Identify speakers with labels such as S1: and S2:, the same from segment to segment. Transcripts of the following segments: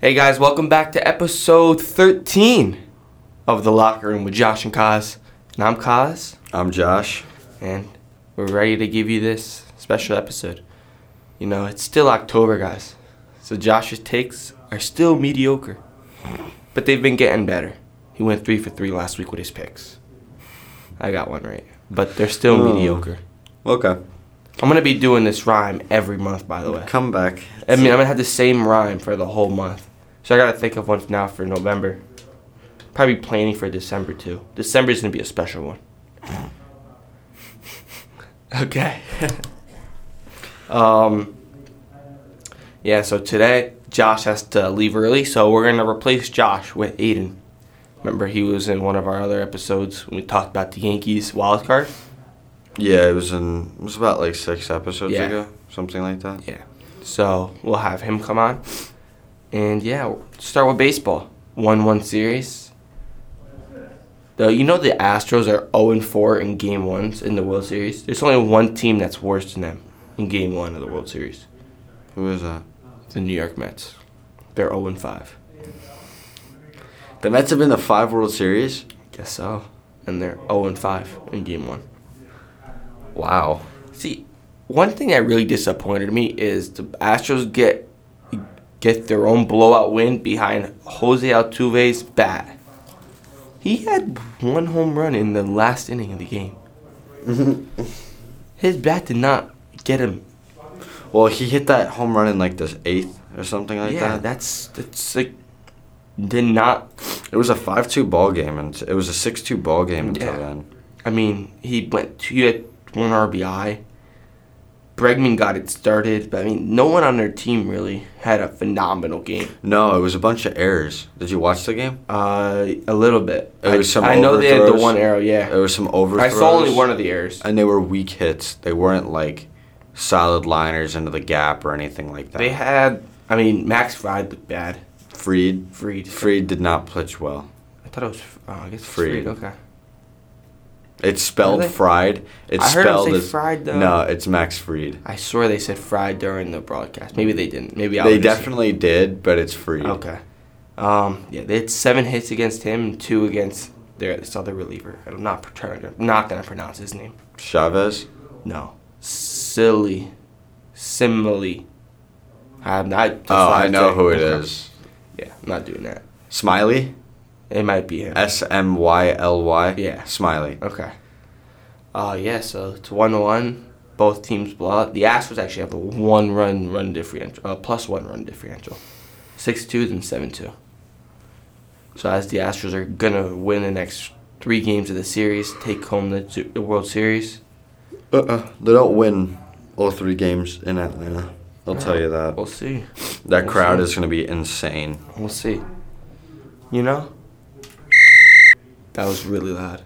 S1: Hey guys, welcome back to episode 13 of The Locker Room with Josh and Kaz. And I'm Kaz,
S2: I'm Josh.
S1: and we're ready to give you this special episode. You know, it's still October, guys. So Josh's takes are still mediocre. But they've been getting better. He went 3 for 3 last week with his picks. I got one right. But they're still
S2: Oh.
S1: mediocre.
S2: Okay.
S1: I'm going to be doing this rhyme every month, by the way.
S2: Come back.
S1: I mean, I'm gonna have the same rhyme for the whole month. So I gotta think of one now for November. Probably planning for December too. December's gonna be a special one. okay. um. Yeah. So today Josh has to leave early, so we're gonna replace Josh with Aiden. Remember, he was in one of our other episodes when we talked about the Yankees wild card.
S2: yeah, it was in it was about like six episodes
S1: Yeah.
S2: ago, something like that.
S1: Yeah. So we'll have him come on. And yeah, we'll start with baseball. 1 1 series. Though you know the Astros are 0 4 in game ones in the World Series. There's only one team that's worse than them in game one of the World Series.
S2: Who is that?
S1: The New York Mets. They're 0 5.
S2: The Mets have been the five World Series.
S1: Guess so. And they're 0 5 in game one.
S2: Wow.
S1: See, one thing that really disappointed me is the Astros get get their own blowout win behind Jose Altuve's bat. He had one home run in the last inning of the game. His bat did not get him.
S2: Well, he hit that home run in like the eighth or something like
S1: yeah,
S2: that.
S1: that's that's like did not.
S2: It was a five-two ball game, and it was a six-two ball game until
S1: Yeah.
S2: then.
S1: I mean, he went two, he had one RBI. Bregman got it started, but I mean, no one on their team really had a phenomenal game.
S2: No, it was a bunch of errors. Did you watch the game?
S1: Uh, a little bit.
S2: It
S1: I,
S2: was some
S1: I know they had the
S2: overthrows.
S1: one arrow.
S2: There
S1: Yeah,
S2: was some overthrows.
S1: I saw only one of the arrows.
S2: and they were weak hits. They weren't like solid liners into the gap or anything like that.
S1: They had. I mean, Max Fried looked bad.
S2: Freed.
S1: Freed.
S2: Freed did not pitch well.
S1: I thought it was. Oh, I guess it's
S2: Freed.
S1: Freed. Okay.
S2: It's spelled
S1: Really?
S2: fried. It's
S1: I heard him
S2: spelled
S1: say
S2: as
S1: fried, though.
S2: no. It's Max Freed.
S1: I swear they said Fried during the broadcast. Maybe they didn't. Maybe I.
S2: they
S1: was just-
S2: definitely did, but it's Freed.
S1: Okay. Um. Yeah, they had seven hits against him and two against their this other reliever. I'm not pr- trying to. Not gonna pronounce his name.
S2: Chavez.
S1: No. Silly. Simile. I'm not. that's
S2: Oh,
S1: what
S2: I know
S1: said.
S2: who it
S1: Okay.
S2: is.
S1: Yeah, I'm not doing that.
S2: Smiley.
S1: It might be him.
S2: S M Y L Y.
S1: Yeah.
S2: Smiley.
S1: Okay. Uh yeah, so it's one to one. Both teams blow out. The Astros actually have a one run run differential, uh, plus one run differential, six two then seven two. So as the Astros are gonna win the next three games of the series, take home the, Su- the World Series.
S2: Uh uh They don't win all three games in Atlanta. I'll tell you that.
S1: We'll see.
S2: That
S1: we'll
S2: crowd
S1: see.
S2: is gonna be insane.
S1: We'll see. You know. That was really loud.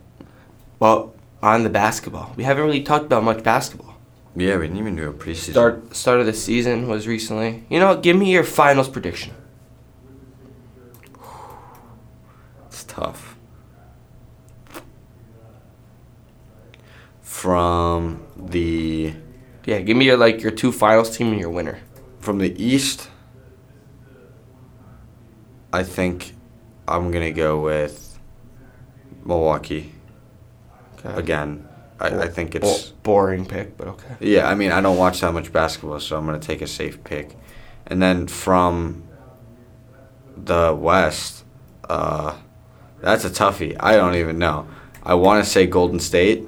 S1: Well, on the basketball, we haven't really talked about much basketball.
S2: Yeah, we didn't even do a preseason.
S1: start start of the season was recently. You know, give me your finals prediction.
S2: It's tough. From the
S1: Yeah, give me your like your two finals team and your winner.
S2: from the east i think i'm gonna go with milwaukee again i, I think it's
S1: Bo- boring pick, but okay.
S2: yeah i mean i don't watch that much basketball so i'm gonna take a safe pick and then from the west uh, that's a toughie i don't even know i want to say golden state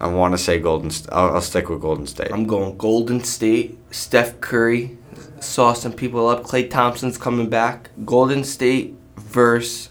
S2: i want to say golden st- I'll, I'll stick with golden state
S1: I'm going Golden State. Steph Curry saw some people up. Clay Thompson's coming back. Golden State versus.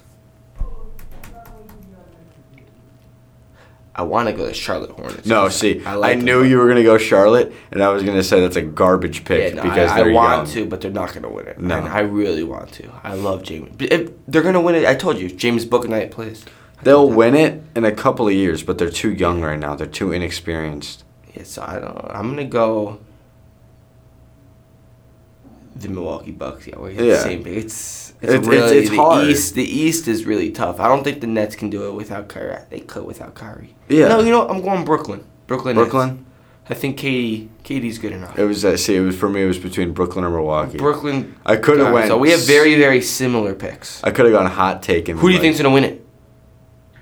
S1: I want to go to Charlotte Hornets.
S2: No, see, I,
S1: I like
S2: knew
S1: them.
S2: you were gonna go Charlotte, and I was gonna say that's a garbage pick
S1: Yeah, no,
S2: because
S1: I, I
S2: they're
S1: want
S2: young.
S1: to, but they're not gonna win it.
S2: No.
S1: and I really want to. I love James. But If they're gonna win it, I told you. James Book Knight plays. I
S2: They'll
S1: told you.
S2: win it in a couple of years, but they're too young right now. They're too inexperienced.
S1: Yeah, so I don't. I'm gonna go. The Milwaukee Bucks. Yeah, we have the
S2: Yeah.
S1: same. pick. It's it's,
S2: It's- it's-
S1: really
S2: it's
S1: the
S2: hard.
S1: East. The East is really tough. I don't think the Nets can do it without Kyrie. They could without Kyrie.
S2: Yeah.
S1: No, you know I'm going Brooklyn. Brooklyn. Nets.
S2: Brooklyn.
S1: I think Katie Katie's good enough.
S2: It was uh, see. It was for me. It was between Brooklyn and Milwaukee.
S1: Brooklyn.
S2: I could have went.
S1: So we have
S2: s-
S1: very very similar picks.
S2: I could have gone hot take and
S1: Who do you
S2: like,
S1: think's gonna win it?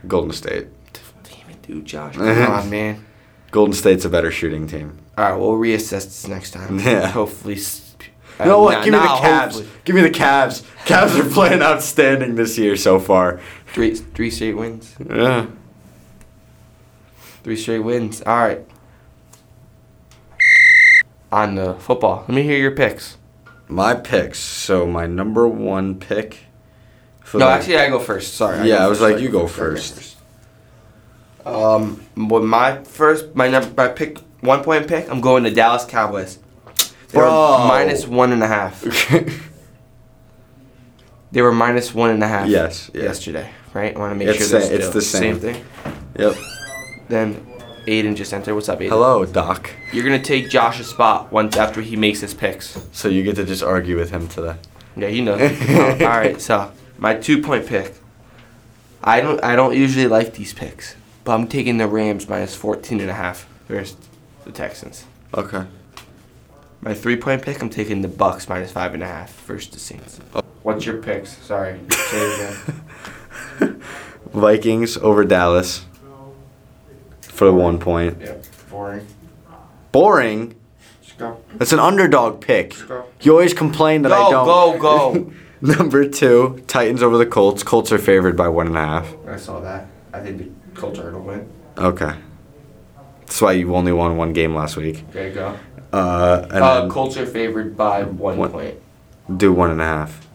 S2: Golden State.
S1: Damn it, dude, Josh. Come
S2: Uh-huh.
S1: on, man.
S2: Golden State's a better shooting team.
S1: All right, we'll reassess this next time.
S2: Yeah.
S1: Hopefully. s-
S2: You know what?
S1: uh,
S2: Give me the
S1: nah,
S2: Cavs.
S1: hopefully.
S2: Give me the Cavs. Cavs are playing outstanding this year so far.
S1: Three three straight wins.
S2: Yeah.
S1: Three straight wins. All right. On the football, let me hear your picks.
S2: My picks. So my number one pick. For
S1: No,
S2: the-
S1: actually, I go first. Sorry.
S2: Yeah,
S1: go
S2: I was
S1: first.
S2: like, you go
S1: Sorry, I
S2: first.
S1: Um, but my first, my number, my pick, one point pick, I'm going to Dallas Cowboys. They
S2: Bro.
S1: were minus one and a half. They were minus one and a half.
S2: Yes, yeah.
S1: Yesterday, right? I want to make
S2: It's
S1: sure they're
S2: sa- it's
S1: still
S2: the same.
S1: thing.
S2: yep.
S1: Then, Aiden just entered. What's up, Aiden?
S2: Hello, Doc.
S1: You're gonna take Josh's spot once after he makes his picks.
S2: So you get to just argue with him today.
S1: Yeah, you know. Uh, all right, so my two point pick. I don't I don't usually like these picks, but I'm taking the Rams minus 14 and a half versus the Texans.
S2: Okay.
S1: My three point pick, I'm taking the Bucks minus five and a half versus the Saints. What's your picks? Sorry. Say it again.
S2: Vikings over Dallas for one point.
S1: yeah, boring.
S2: Boring.
S1: Just go.
S2: That's an underdog pick.
S1: go.
S2: You always complain that I
S1: Go,
S2: don't.
S1: go, go.
S2: Number two, Titans over the Colts. Colts are favored by one and a half.
S1: I saw that. I think the Colts are gonna win.
S2: Okay. That's why you only won one game last week.
S1: Okay, go.
S2: Uh, and
S1: Uh,
S2: then
S1: Colts are favored by one,
S2: One.
S1: point.
S2: do one and a half.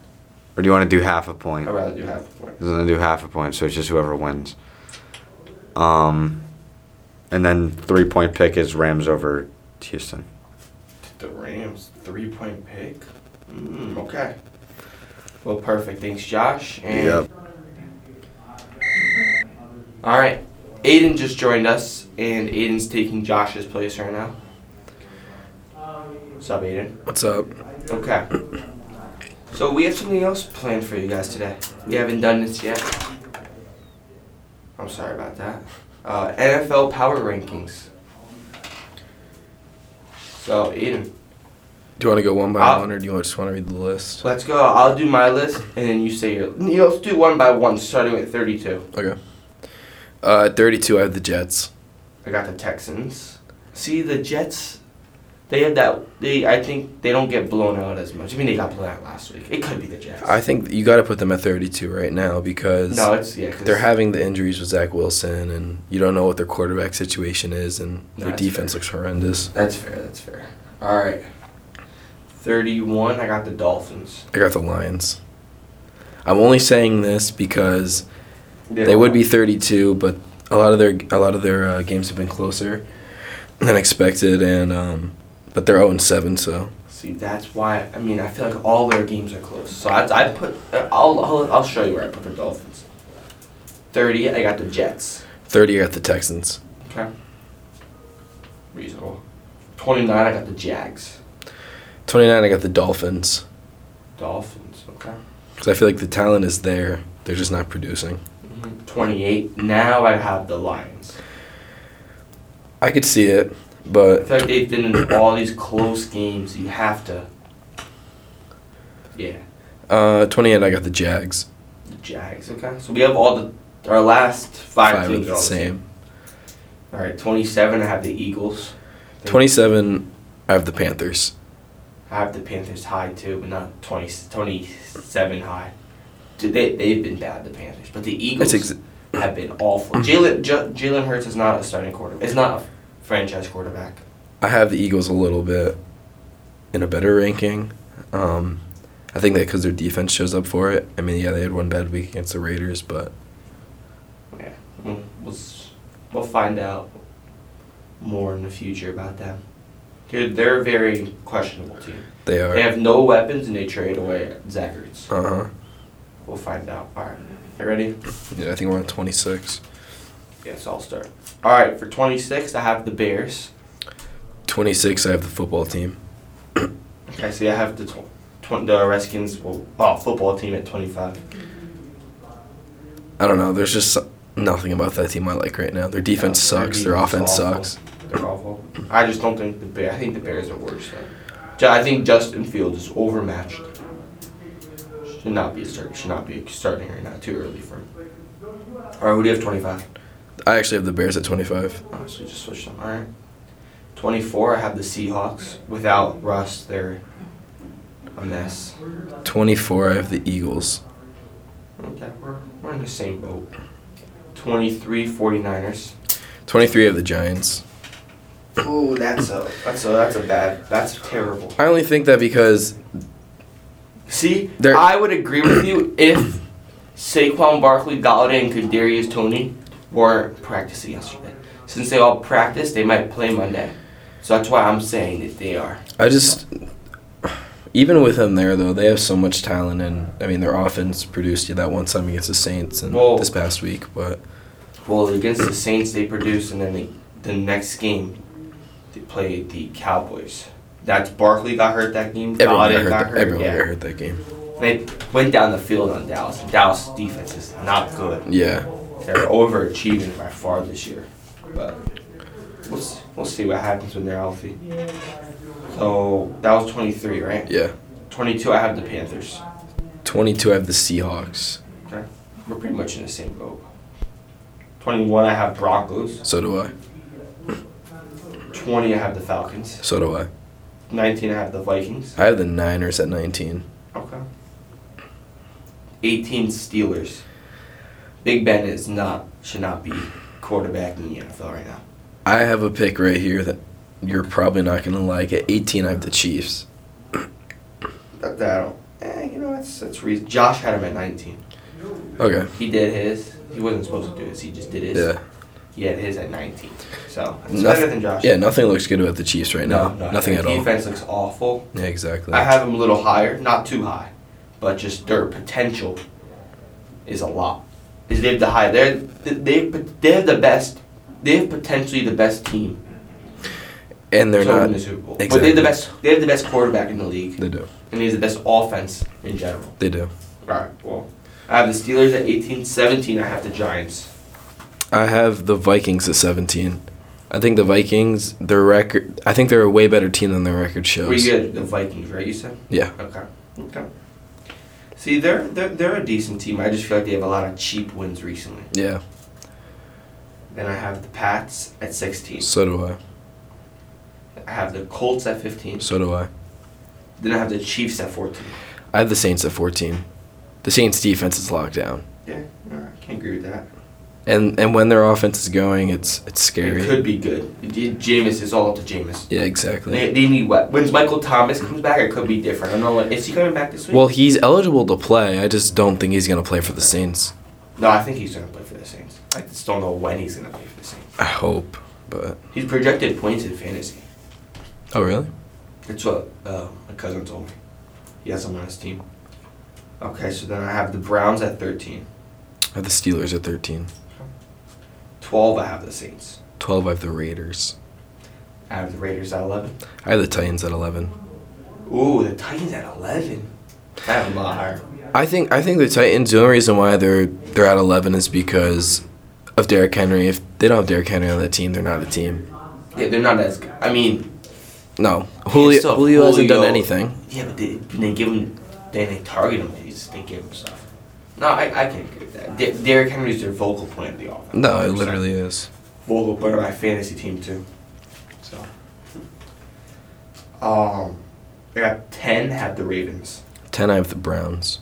S2: Or do you want to do half a point?
S1: I'd rather do half a point.
S2: Doesn't do half a point, so it's just whoever wins. Um, and then three point pick is Rams over Houston.
S1: The Rams three point pick. Mm, okay. Well, perfect. Thanks, Josh. And All right. Aiden just joined us, and Aiden's taking Josh's place right now. What's up, Aiden?
S3: What's up?
S1: Okay. So we have something else planned for you guys today. We haven't done this yet. I'm sorry about that. Uh, NFL Power Rankings. So, Aiden,
S3: Do you want to go one by
S1: Uh,
S3: one, or do you just want to read the list?
S1: So let's go. I'll do my list, and then you say your. You know, let's do one by one, starting with thirty-two.
S3: Okay. Uh, at 32, I have the Jets.
S1: I got the Texans. See the Jets. They had that. They I think they don't get blown out as much. I mean, they got blown out last week. It could be the Jets.
S3: I think you got to put them at 32 right now because
S1: no, it's yeah. they
S3: they're having the injuries with Zach Wilson, and you don't know what their quarterback situation is, and
S1: No,
S3: their
S1: that's
S3: defense looks horrendous.
S1: that's fair. That's fair. All right. Thirty-one. I got the Dolphins.
S3: I got the Lions. I'm only saying this because they would be 32, but a lot of their a lot of their uh, games have been closer than expected, and um, but they're 0 and 7, so
S1: See, that's why. I mean, I feel like all their games are close. So I, I put. I'll, I'll I'll show you where I put the Dolphins. Thirty. I got the Jets.
S3: 30 I got the Texans.
S1: Okay. Reasonable. 29, I got the Jags.
S3: 29, I got the Dolphins.
S1: Dolphins, okay.
S3: Because I feel like the talent is there. They're just not producing.
S1: 28, now I have the Lions.
S3: I could see it,
S1: I
S3: but
S1: feel like they've been in all these close games. You have to. Yeah,
S3: uh, 28, I got the Jags.
S1: the Jags, okay. So we have all the. Our last five,
S3: Five
S1: teams
S3: of
S1: are
S3: the
S1: all the same.
S3: same.
S1: All right, 27, I have the Eagles.
S3: 27, I have the Panthers.
S1: I have the Panthers high too, but not 20, 27 high. Dude, they, they've been bad, the Panthers. But the Eagles.
S3: That's ex-
S1: have been awful. Jalen J- Jalen Hurts is not a starting quarterback. It's not a franchise quarterback.
S3: I have the Eagles a little bit in a better ranking. Um, I think that because their defense shows up for it. I mean, yeah, they had one bad week against the Raiders, but
S1: Yeah, we'll, we'll, s- we'll find out more in the future about them. Dude, they're a very questionable team.
S3: they are.
S1: They have no weapons and they trade away Zach Ertz.
S3: uh huh.
S1: We'll find out. All right, you ready?
S3: Yeah, I think we're on 26.
S1: Yes, I'll start. All right, for 26, I have the Bears.
S3: 26, I have the football team.
S1: Okay, see, I have the tw- tw- the Redskins well, oh, football team at 25.
S3: I don't know. There's just so- nothing about that team I like right now. Their defense
S1: Their
S3: sucks. Their
S1: defense is
S3: offense
S1: awful.
S3: sucks.
S1: they're awful. I just don't think the Bear. I think the Bears are worse. Though. Ju- I think Justin Fields is overmatched. Should not be a start. Should not be starting right now. Too early for him. All right, who do you have? Twenty five.
S3: I actually have the Bears at 25.
S1: Oh, so we just switched them. All right. 24, I have the Seahawks. Without Russ, they're a mess.
S3: 24, I have the Eagles.
S1: Okay, we're, we're in the same boat. 23, 49ers.
S3: 23, I have the Giants.
S1: Oh, that's a that's a that's a bad that's terrible.
S3: I only think that because
S1: See,
S3: They're-
S1: I would agree with you if Saquon Barkley, Galladay, and Kadarius Tony weren't practicing yesterday. Since they all practiced, they might play Monday. So that's why I'm saying that they are.
S3: I just even with them there though, they have so much talent and I mean their offense produced you that one time against the Saints and
S1: Well-
S3: this past week, but
S1: Well, against the Saints, they produced, and then they, the next game, they played the Cowboys. That's Barkley got hurt that game.
S3: everyone
S1: Galladay
S3: got hurt,
S1: got
S3: that, everyone
S1: yeah.
S3: got hurt that game.
S1: They went down the field on Dallas. and Dallas defense is not good.
S3: Yeah.
S1: They're overachieving by far this year, but we'll, s- we'll see what happens when they're healthy. So that was 23, right?
S3: Yeah.
S1: 22, I have the Panthers.
S3: 22 I have the Seahawks.
S1: We're pretty much in the same boat. 21, I have Broncos.
S3: So do I.
S1: 20, I have the Falcons.
S3: So do I.
S1: 19, I have the Vikings.
S3: I have the Niners at 19.
S1: Okay. 18 Steelers. Big Ben is not should not be quarterbacking the NFL right now.
S3: I have a pick right here that you're probably not going to like. At 18 I have the Chiefs.
S1: That, that I don't. Eh, you know that's that's reason. Josh had him at 19.
S3: Okay.
S1: He did his. He wasn't supposed to do this. He just did his.
S3: Yeah.
S1: He had his at 19. So it's better
S3: Nothing
S1: than Josh.
S3: Yeah, nothing looks good about the Chiefs right now. nothing
S1: their
S3: at all.
S1: Defense looks awful.
S3: Yeah, exactly.
S1: I have him a little higher, not too high, but just their potential is a lot. Is they have the high? They're they they have the best. They have potentially the best team
S3: and they're
S1: to win
S3: not
S1: the Super Bowl. But they
S3: exactly.
S1: have the best. They have the best quarterback in the league,
S3: They do.
S1: and they have the best offense in general.
S3: They do.
S1: All right. Well, I have the Steelers at 18, 17. I have the Giants.
S3: I have the Vikings at 17. I think the Vikings, their record, I think they're a way better team than their record shows.
S1: We get the Vikings, right? You said.
S3: Yeah.
S1: Okay. Okay. See, they're they're they're a decent team. I just feel like they have a lot of cheap wins recently.
S3: Yeah,
S1: Then I have the Pats at 16.
S3: so do I.
S1: I have the Colts at 15.
S3: So do I.
S1: Then I have the Chiefs at 14.
S3: I have the Saints at 14. The Saints defense is locked down.
S1: Yeah, no, I can't agree with that.
S3: And and when their offense is going, it's it's
S1: It
S3: scary.
S1: could be good. J- Jameis is all up to Jameis.
S3: Yeah, exactly.
S1: They, they need what? When Michael Thomas comes back, it could be different. I don't know. What, is he coming back this week?
S3: Well, he's eligible to play. I just don't think he's going to play for the Saints.
S1: no, I think he's going to play for the Saints. I just don't know when he's going to play for the Saints.
S3: I hope, but
S1: He's projected points in fantasy.
S3: Oh, really?
S1: That's what uh, my cousin told me. He has him on his team. Okay, so then I have the Browns at 13.
S3: I have the Steelers at 13.
S1: 12, I have the Saints.
S3: 12 I have the Raiders.
S1: I have the Raiders at 11.
S3: I have the Titans at 11.
S1: Ooh, the Titans at 11. I have them a lot higher.
S3: I think I think the Titans. The only reason why they're they're at eleven is because of Derrick Henry. If they don't have Derrick Henry on that team, they're not a team.
S1: Yeah, they're not as good. I mean,
S3: No, Julio,
S1: still
S3: Julio hasn't done
S1: Julio.
S3: anything.
S1: yeah, but they, they give him, they, they target him. They, just, they give him stuff. No, I, I can't agree with that. De- Derrick Henry's their vocal point of the offense.
S3: No, it
S1: 100%.
S3: literally is.
S1: vocal part of my fantasy team too. So, um, I got ten had the Ravens,
S3: Ten, I have the Browns.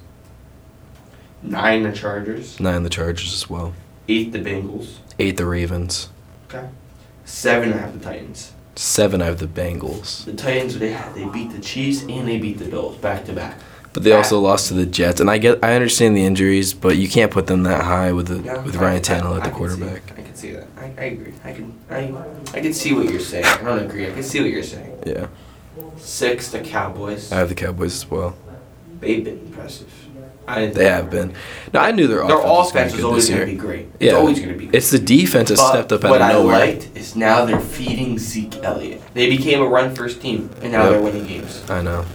S1: nine the Chargers,
S3: Nine, the Chargers as well.
S1: eight the Bengals,
S3: Eight, the Ravens.
S1: seven I have the Titans.
S3: Seven, I have the Bengals.
S1: The Titans they had they beat the Chiefs and they beat the Bills back to back.
S3: But they also lost to the Jets. And I get, I understand the injuries, but you can't put them that high with the,
S1: Yeah,
S3: with
S1: I-
S3: Ryan
S1: I-
S3: Tannehill at
S1: I
S3: the
S1: can see-
S3: quarterback.
S1: I can see that. I, I agree. I can I I can see what you're saying. I don't agree. I can see what you're saying.
S3: Yeah,
S1: Six the Cowboys.
S3: I have the Cowboys as well.
S1: They've been impressive. I didn't
S3: They have been. No, I knew their
S1: Their
S3: offense,
S1: offense
S3: was
S1: is always
S3: gonna be good this
S1: going
S3: year.
S1: to be great.
S3: Yeah.
S1: It's always going to be. Great.
S3: It's the defense that
S1: But
S3: stepped up out
S1: what
S3: of nowhere.
S1: I liked is now they're feeding Zeke Elliott. They became a run first team, and now
S3: Yep.
S1: they're winning games.
S3: I know.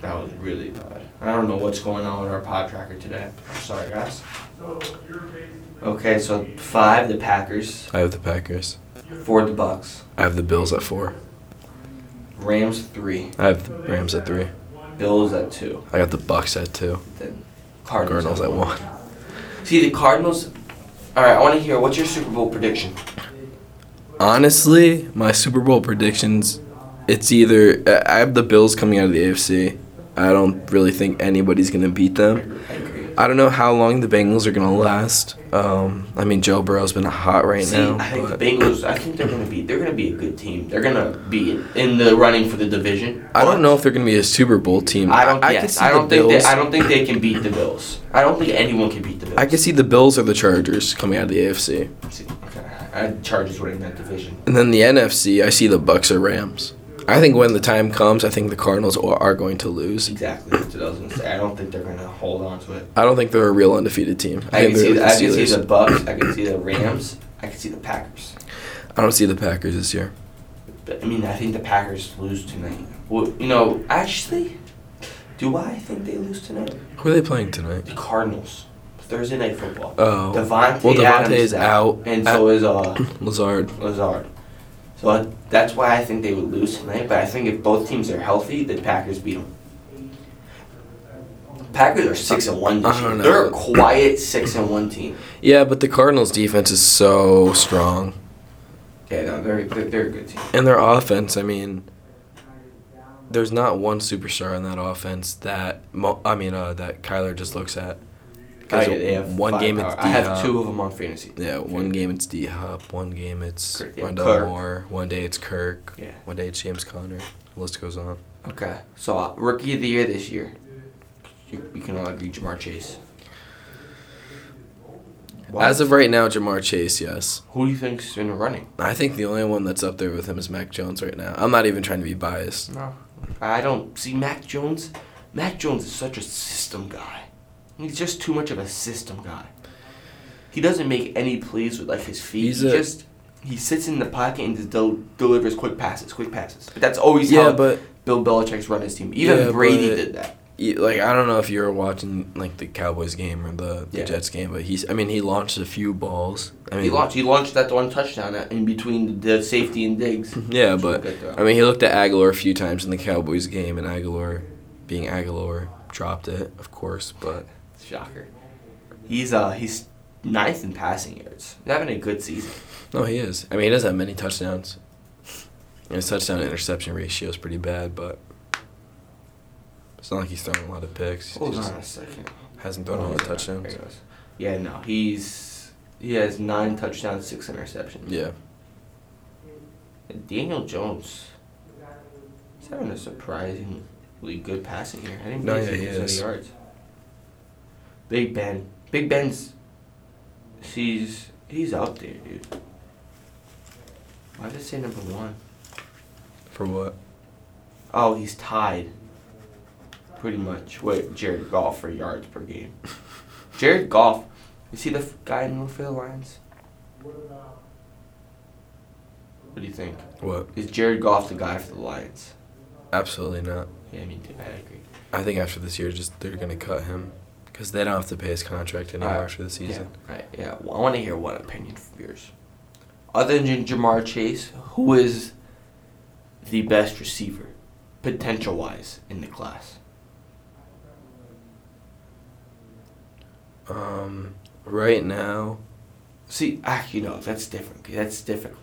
S1: That was really bad. I don't know what's going on with our pod tracker today. Sorry, guys. Okay, so five the Packers,
S3: I have the Packers.
S1: Four the Bucks.
S3: I have the Bills at four.
S1: Rams three.
S3: I have the Rams at three.
S1: Bills at two.
S3: I got the Bucks at two.
S1: Then Cardinals.
S3: Cardinals at one.
S1: See the Cardinals. All right, I want to hear what's your Super Bowl prediction.
S3: Honestly, my Super Bowl predictions, it's either I I have the Bills coming out of the AFC. I don't really think anybody's gonna beat them.
S1: I agree.
S3: I don't know how long the Bengals are gonna last. Um, I mean, Joe Burrow's been hot right
S1: See,
S3: now.
S1: I think the
S3: but
S1: Bengals. I think they're gonna be. They're gonna be a good team. They're gonna be in the running for the division.
S3: I
S1: but
S3: don't know if they're gonna be a Super Bowl team.
S1: I don't.
S3: I,
S1: yes,
S3: could see
S1: I don't
S3: the
S1: think.
S3: Bills.
S1: They, I don't think they can beat the Bills. I don't think anyone can beat the Bills.
S3: I could see the Bills or the Chargers coming out of the AFC,
S1: See, okay. I Chargers winning that division.
S3: and then the NFC. I see the Bucks or Rams. I think when the time comes, I think the Cardinals are are going to lose.
S1: Exactly. That's what I was gonna say. I don't think they're gonna hold on to it.
S3: I don't think they're a real undefeated team.
S1: I can
S3: think
S1: see.
S3: they're
S1: The,
S3: like
S1: I
S3: the
S1: can see
S3: Steelers.
S1: the Bucks. I can see the Rams. I can see the Packers.
S3: I don't see the Packers this year.
S1: But I mean, I think the Packers lose tonight. Well, you know, actually, do I think they lose tonight?
S3: Who are they playing tonight?
S1: The Cardinals. Thursday night football.
S3: Oh,
S1: Devontae,
S3: well, Devontae
S1: Adams
S3: is out,
S1: and so is uh,
S3: Lazard.
S1: Lazard. So I- that's why I think they would lose tonight. But I think if both teams are healthy, the Packers beat them. Packers are six and one this
S3: I
S1: year.
S3: don't know.
S1: They're a quiet six and one team.
S3: Yeah, but the Cardinals' defense is so strong,
S1: Yeah, no, they're they're, they're a good team.
S3: and their offense. I mean, there's not one superstar in that offense that Mo- I mean uh, that Kyler just looks at. 'Cause
S1: I, they have
S3: one game uh, it's
S1: firepower. I have
S3: D-Hop.
S1: two of them on fantasy.
S3: Yeah, one game it's D Hop, one game it's
S1: Kirk, yeah,
S3: Rondell
S1: Kirk.
S3: Moore, one day it's Kirk,
S1: Yeah.
S3: one day it's James Conner. The list goes on.
S1: Okay, so uh, rookie of the year this year. You, you can all agree Jamar Chase.
S3: As of right now, Jamar Chase, yes.
S1: who do you think's in running?
S3: I think the only one that's up there with him is Mac Jones right now. I'm not even trying to be biased.
S1: No, I don't see Mac Jones. Mac Jones is such a system guy. He's just too much of a system guy. He doesn't make any plays with like his feet.
S3: He's
S1: he
S3: a-
S1: just he sits in the pocket and just del- delivers quick passes, quick passes. But that's always
S3: Yeah,
S1: how
S3: but
S1: Bill Belichick's run his team. Even
S3: Yeah,
S1: Brady
S3: but-
S1: did that.
S3: y- like I don't know if you were watching like the Cowboys game or the, the
S1: Yeah.
S3: Jets game, but he's I mean he launched a few balls. I mean
S1: he launched. He launched that one touchdown at- in between the safety and digs.
S3: Yeah, but I mean he looked at Aguilar a few times in the Cowboys game, and Aguilar, being Aguilar, dropped it of course. But
S1: Shocker. He's uh he's ninth in passing yards. He's having a good season.
S3: no, he is. I mean he doesn't have many touchdowns. And his touchdown to interception ratio is pretty bad, but it's not like he's throwing a lot of picks. He
S1: Hold
S3: just
S1: on a second.
S3: hasn't thrown a lot of touchdowns.
S1: There he goes. Yeah, no, he's he has nine touchdowns, six interceptions.
S3: Yeah,
S1: Daniel Jones. He's having a surprisingly good passing year. I didn't
S3: No,
S1: realize
S3: yeah,
S1: he
S3: he
S1: was in the
S3: is.
S1: yards. Big Ben. Big Ben's he's he's up there, dude. Why did it say number one?
S3: for what?
S1: Oh, he's tied. Pretty much with Jared Goff for yards per game. Jared Goff, you see the f- guy in Northfield Lions? What do you think?
S3: What?
S1: Is Jared Goff the guy for the Lions?
S3: Absolutely not.
S1: Yeah, me too. I agree.
S3: I think after this year, just they're gonna cut him because they don't have to pay his contract anymore
S1: Alright.
S3: after the
S1: Uh,
S3: season.
S1: Yeah, right. Yeah. Well, I want to hear one opinion from yours. Other than Jamar Chase, who is the best receiver, potential wise, in the class?
S3: Um, right now,
S1: See, actually, no, that's different. That's difficult.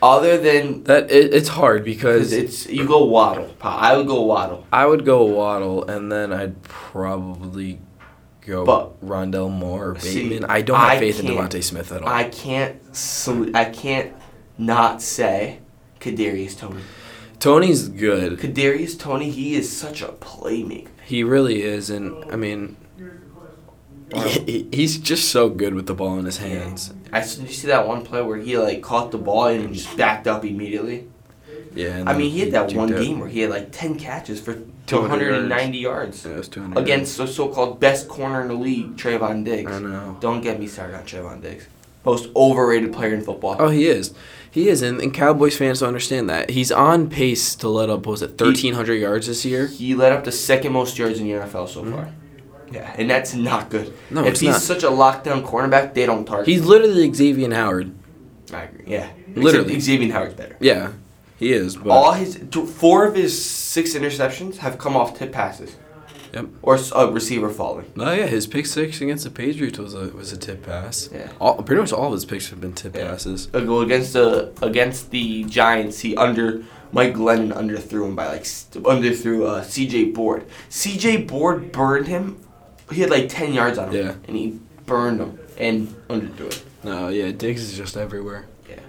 S1: Other than
S3: that it, it's hard
S1: Because
S3: because
S1: it's you go Waddle. Pa- I would go Waddle.
S3: I would go Waddle and then I'd probably go
S1: But-
S3: Rondell Moore or Bateman.
S1: See,
S3: I don't have
S1: I
S3: faith in
S1: can't-
S3: Devontae Smith at all.
S1: I can't. Sl- I can't not say Kadarius Tony.
S3: Tony's good.
S1: Kadarius Tony. He is such a playmaker.
S3: He really is, and I mean. he- He's just so good with the ball in his hands.
S1: I s- you see that one play where he like caught the ball and just backed up immediately.
S3: Yeah. and
S1: I mean, he had that
S3: juked
S1: one
S3: it.
S1: game where he had like ten catches for
S3: 200
S1: 290 yards
S3: Yeah, it was 200
S1: against the so-called best corner in the league, Trayvon Diggs.
S3: I know.
S1: Don't get me started on Trayvon Diggs, most overrated player in football.
S3: Oh, he is. He is, and, and Cowboys fans don't understand that. He's on pace to let up, what was it, 1,300 yards this year?
S1: He led up the second most yards in the NFL so far. Yeah, and that's not good.
S3: Mm-hmm. No,
S1: if
S3: it's
S1: he's
S3: not.
S1: such a lockdown cornerback, they don't target.
S3: He's literally Xavier Howard.
S1: I agree. Yeah,
S3: Literally.
S1: Xavier Howard's better.
S3: Yeah, he is. But
S1: All his th- four of his six interceptions have come off tip passes.
S3: Yep.
S1: Or s- a receiver falling.
S3: no, Oh, yeah, his pick six against the Patriots was a was a tip pass.
S1: Yeah.
S3: All, pretty much all of his picks have been tip
S1: Yeah.
S3: passes.
S1: A goal uh, against the against the Giants. He under Mike Glennon underthrew him by like s- underthrew uh, C.J. Board. C.J. Board burned him. He had like ten yards on him.
S3: Yeah.
S1: And he burned him and underthrew it.
S3: No, yeah, Diggs is just everywhere.
S1: Yeah.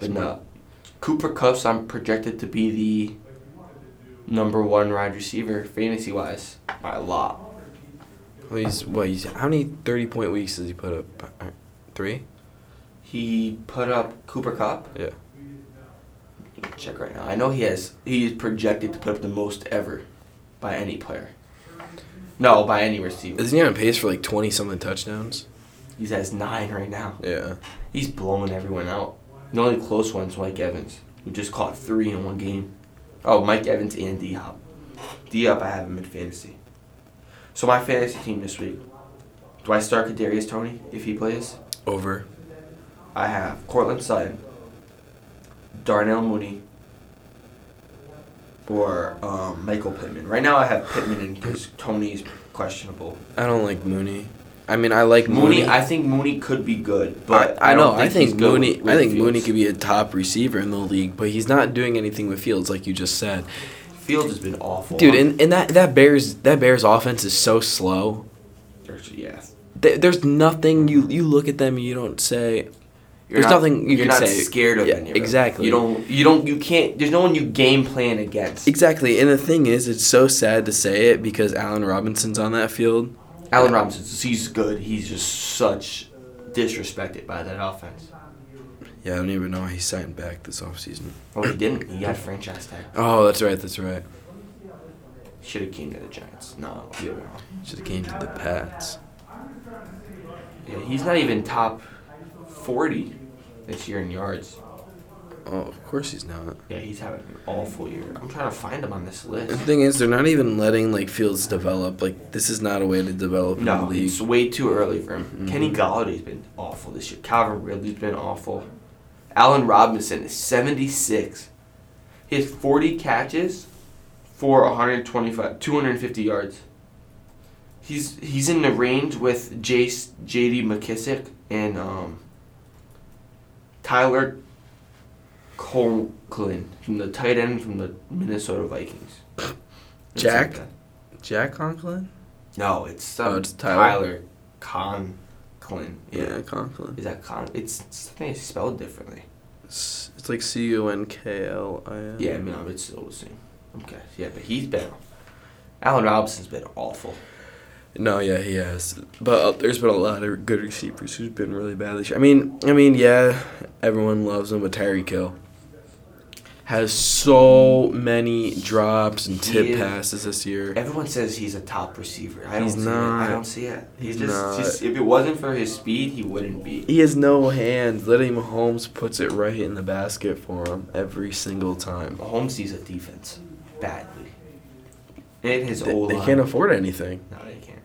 S1: But no. Cooper Cups, I'm projected to be the number one wide receiver fantasy wise by a lot.
S3: Well, he's what? He's how many thirty point weeks does he put up? Uh, Three.
S1: He put up Cooper Cup.
S3: Yeah.
S1: Check right now. I know he has. He is projected to put up the most ever by any player. No, by any receiver.
S3: Isn't he on pace for like twenty something touchdowns?
S1: He has nine right now.
S3: Yeah.
S1: He's blowing everyone out. The only close one's Mike Evans, who just caught three in one game. Oh, Mike Evans and D Hop. D Hop, I have him in fantasy. So my fantasy team this week. Do I start Kadarius Tony if he plays?
S3: Over.
S1: I have Cortland Sutton, Darnell Mooney, or um, Michael Pittman. Right now, I have Pittman because Tony's questionable.
S3: I don't like Mooney. I mean, I like Mooney.
S1: Mooney, I think Mooney could be good, but
S3: But I, know.
S1: don't
S3: I think
S1: he's good
S3: Mooney.
S1: with-
S3: I
S1: with
S3: think Mooney
S1: Fields.
S3: could be a top receiver in the league, but he's not doing anything with Fields, like you just said,
S1: Fields has been awful,
S3: dude. And, and that that Bears that Bears offense is so slow.
S1: yeah,
S3: There- There's nothing you you look at them and you don't say.
S1: You're
S3: There's
S1: not-
S3: nothing you
S1: you're
S3: can
S1: not
S3: say.
S1: scared of
S3: Yeah,
S1: any of it.
S3: exactly.
S1: You don't. You don't. You can't. There's no one you game plan against.
S3: Exactly, and the thing is, it's so sad to say it because Allen Robinson's on that field.
S1: Allen Robinson, he's good. He's just such disrespected by that offense.
S3: Yeah, I don't even know why he signed back this offseason.
S1: Well, he didn't. He got franchise tag.
S3: Oh, that's right, that's right.
S1: Should have came to the Giants. No, you're wrong.
S3: Should have came to the Pats.
S1: Yeah, he's not even top 40 this year in yards.
S3: Oh, of course he's not.
S1: Yeah, he's having an awful year. I'm trying to find him on this
S3: The
S1: list.
S3: thing is, they're not even letting like Fields develop. Like this is not a way to develop in the
S1: No,
S3: league. Mm-hmm.
S1: it's way too early for him. Kenny Galladay's been awful this year. Calvin Ridley's been awful. Allen Robinson is 76. He has 40 catches for 125, 250 yards. He's he's in the range with Jace, J.D. McKissick and um, Tyler Conklin from the tight end from the Minnesota Vikings. It's like
S3: Jack?
S1: that.
S3: Jack Conklin.
S1: No, it's, um,
S3: Oh, it's
S1: Tyler.
S3: Tyler.
S1: Conklin. Yeah.
S3: Yeah, Conklin.
S1: Is that Con? It's something it's spelled differently.
S3: It's, it's like C U N K L I N.
S1: Yeah, I mean, it's still the same. Okay, yeah, but he's been. Allen Robinson's been awful.
S3: No, yeah, he has. But uh, there's been a lot of good receivers who's been really bad this year. I mean, I mean, yeah, everyone loves him, but Tyreek Hill has so many drops and tip
S1: He is-
S3: passes this year.
S1: Everyone says he's a top receiver. I don't
S3: He's
S1: see it. I
S3: not.
S1: don't see it. He's
S3: He's
S1: just,
S3: not.
S1: just if it wasn't for his speed, he wouldn't be.
S3: He has no hands. Liddy Mahomes puts it right in the basket for him every single time.
S1: Mahomes sees a defense badly. And his
S3: They,
S1: old
S3: they can't afford anything.
S1: No, they can't.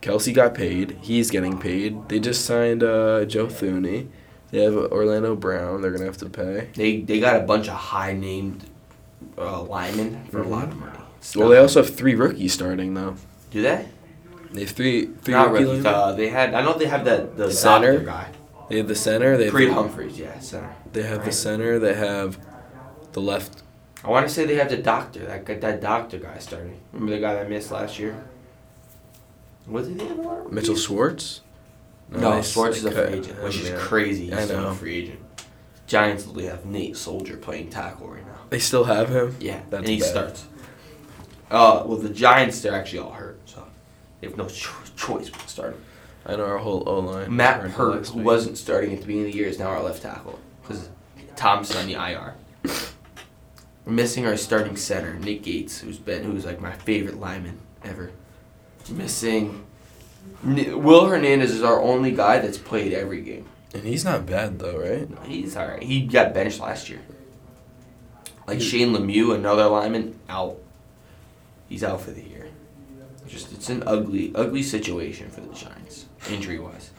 S3: Kelsey got paid. He's getting paid. They just signed uh, Joe Thuney. They have Orlando Brown. They're gonna have to pay.
S1: They they got a bunch of high named uh, linemen for a lot of money. It's
S3: Well,
S1: not-
S3: they also have three rookies starting though.
S1: do that.
S3: They have three three
S1: Not
S3: rookie
S1: rookies.
S3: linemen.
S1: Uh, they had. I know they have that the
S3: Center?
S1: doctor guy.
S3: They have the center. They have
S1: Creed
S3: the-
S1: Humphreys, yeah, center.
S3: They have the
S1: Right.
S3: center. They have the left.
S1: I want to say they have the doctor. That guy- that doctor guy starting. Remember the guy that missed last year? Was it
S3: Mitchell Schwartz.
S1: No,
S3: they-
S1: Schwartz is
S3: they
S1: a
S3: cut
S1: free agent, which is
S3: him, yeah.
S1: crazy. He's
S3: I
S1: still
S3: know.
S1: a free agent. Giants literally have Nate Soldier playing tackle right now.
S3: They still have him.
S1: Yeah,
S3: That's
S1: and he
S3: bad.
S1: starts. Uh, well, the Giants they're actually all hurt, so they have no cho- choice but to start him.
S3: I know our whole O line.
S1: Matt Hurt, who wasn't starting at the beginning of the year, is now our left tackle because Thompson on the IR. We're missing our starting center, Nick Gates, who's been who's like my favorite lineman ever. Missing N- Will Hernandez is our only guy that's played every game.
S3: and he's not bad though, right?
S1: No, he's all right. He got benched last year. Like Shane Lemieux, another lineman, out. He's out for the year. Just it's an ugly, ugly situation for the Giants, injury wise.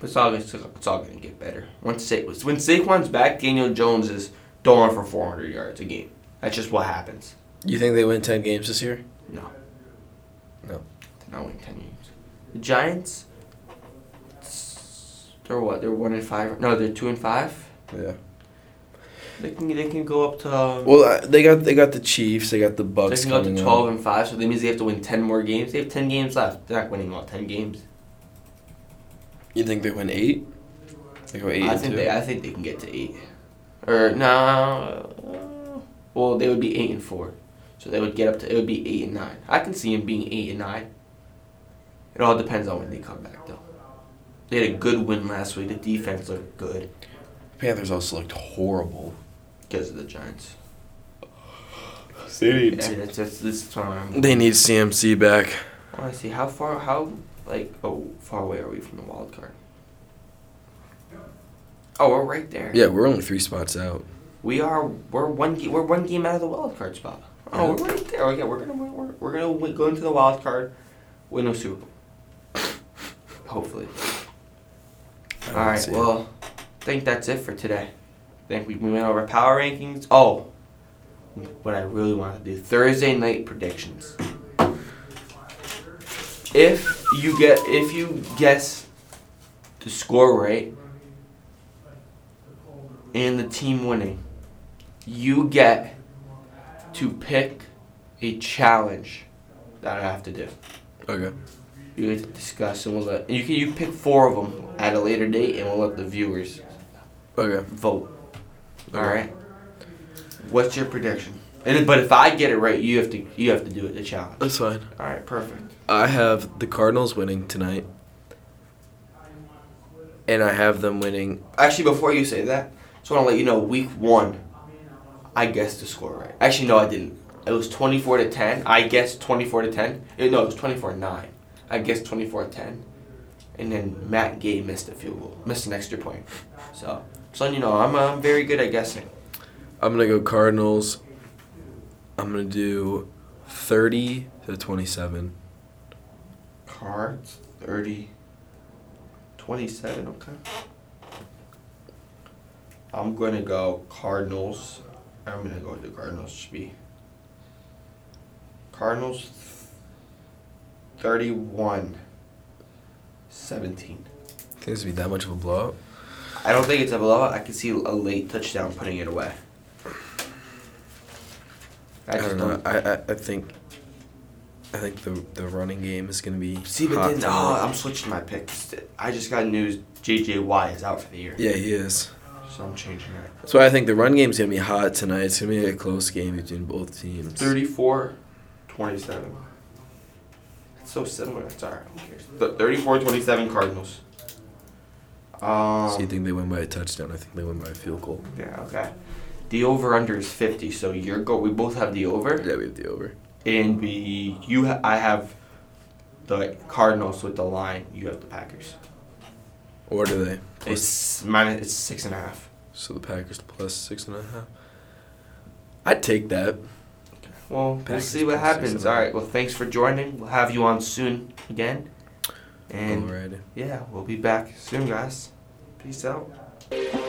S1: It's all it's, it's all gonna get better. Once Sa- when Saquon's back, Daniel Jones is throwing for 400 yards a game. That's just what happens.
S3: You think they win ten games this year?
S1: No.
S3: No.
S1: They're not winning 10 games. The Giants. s- They're what? They're one and five. No, they're two and five.
S3: Yeah.
S1: They can they can go up to. um,
S3: Well, I- they got they got the Chiefs. They got the
S1: they
S3: Bucks
S1: can go up
S3: coming
S1: to
S3: up.
S1: 12 and five. So that means they have to win 10 more games. They have 10 games left. They're not winning all 10 games.
S3: You think they win eight? They go eight.
S1: I
S3: and
S1: think
S3: two?
S1: they I think they can get to eight. Or no. uh, Well, they would be eight and four. So they would get up to it would be eight and nine. I can see them being eight and nine. It all depends on when they come back though. They had a good win last week. The defense looked good.
S3: Panthers also looked horrible.
S1: Because of the Giants.
S3: They
S1: Yeah, that's, that's, that's what I'm-
S3: They need CMC back.
S1: I want to see how far, how like, oh, far away are we from the wild card? Oh, we're right there.
S3: Yeah, we're only three spots out.
S1: We are. We're one. Ge- we're one game out of the wild card spot. Oh,
S3: Yeah.
S1: we're right there. Okay, we're gonna. win- We're, we're gonna win, go into the wild card, win a Super Bowl. Hopefully.
S3: I don't
S1: All right.
S3: see it.
S1: Well, I think that's it for today. I think we, we went over power rankings. Oh, what I really want to do Thursday night predictions. If you get if you guess the score right and the team winning, you get to pick a challenge that I have to do.
S3: okay.
S1: You get to discuss and we'll let you can you pick four of them at a later date and we'll let the viewers
S3: Okay.
S1: vote.
S3: Okay.
S1: All right. What's your prediction? And but if I get it right, you have to you have to do it the challenge.
S3: That's fine.
S1: All right, perfect.
S3: I have the Cardinals winning tonight, and I have them winning.
S1: Actually, before you say that, just want to let you know week one, I guessed the score right. Actually, no, I didn't. It was twenty four to ten. I guessed twenty four to ten. Eh, No, it was twenty four nine. I guessed twenty four ten, and then Matt Gay missed a field goal, missed an extra point. So, just letting you know, I'm uh, very good at guessing.
S3: I'm gonna go Cardinals. I'm gonna do thirty to twenty-seven.
S1: Cards 30 27 okay I'm going to go Cardinals I'm going to go with the Cardinals should be Cardinals 31 17
S3: Think this would be that much of a blowout?
S1: I don't think it's a blowout I can see a late touchdown putting it away
S3: I,
S1: I just
S3: don't
S1: don't,
S3: know. I, I, I think I think the the running game is gonna be
S1: see but
S3: hot
S1: then oh,
S3: tonight.
S1: I'm switching my picks I just got news JJ Watt is out for the year
S3: yeah, he is.
S1: so I'm changing that
S3: That's why I think the run game's gonna be hot tonight. It's gonna be a close game between both teams.
S1: 34 27. It's so similar. It's alright. Who cares? Th- 34 27 Cardinals. Um,
S3: So you think they win by a touchdown? I think they win by a field goal.
S1: yeah, okay. The over under is 50, so your go. We both have the over,
S3: Yeah, we have the over.
S1: and we you ha- I have the Cardinals with the line. You have the Packers.
S3: Or do they? Plus,
S1: It's minus. It's six and a half.
S3: so the Packers plus six and a half. I'd take that.
S1: Well, we'll
S3: Packers
S1: see what
S3: plus six
S1: happens.
S3: and a
S1: All
S3: half.
S1: right. Well, thanks for joining. We'll have you on soon again. And
S3: Alrighty.
S1: yeah, we'll be back soon, guys. Peace out.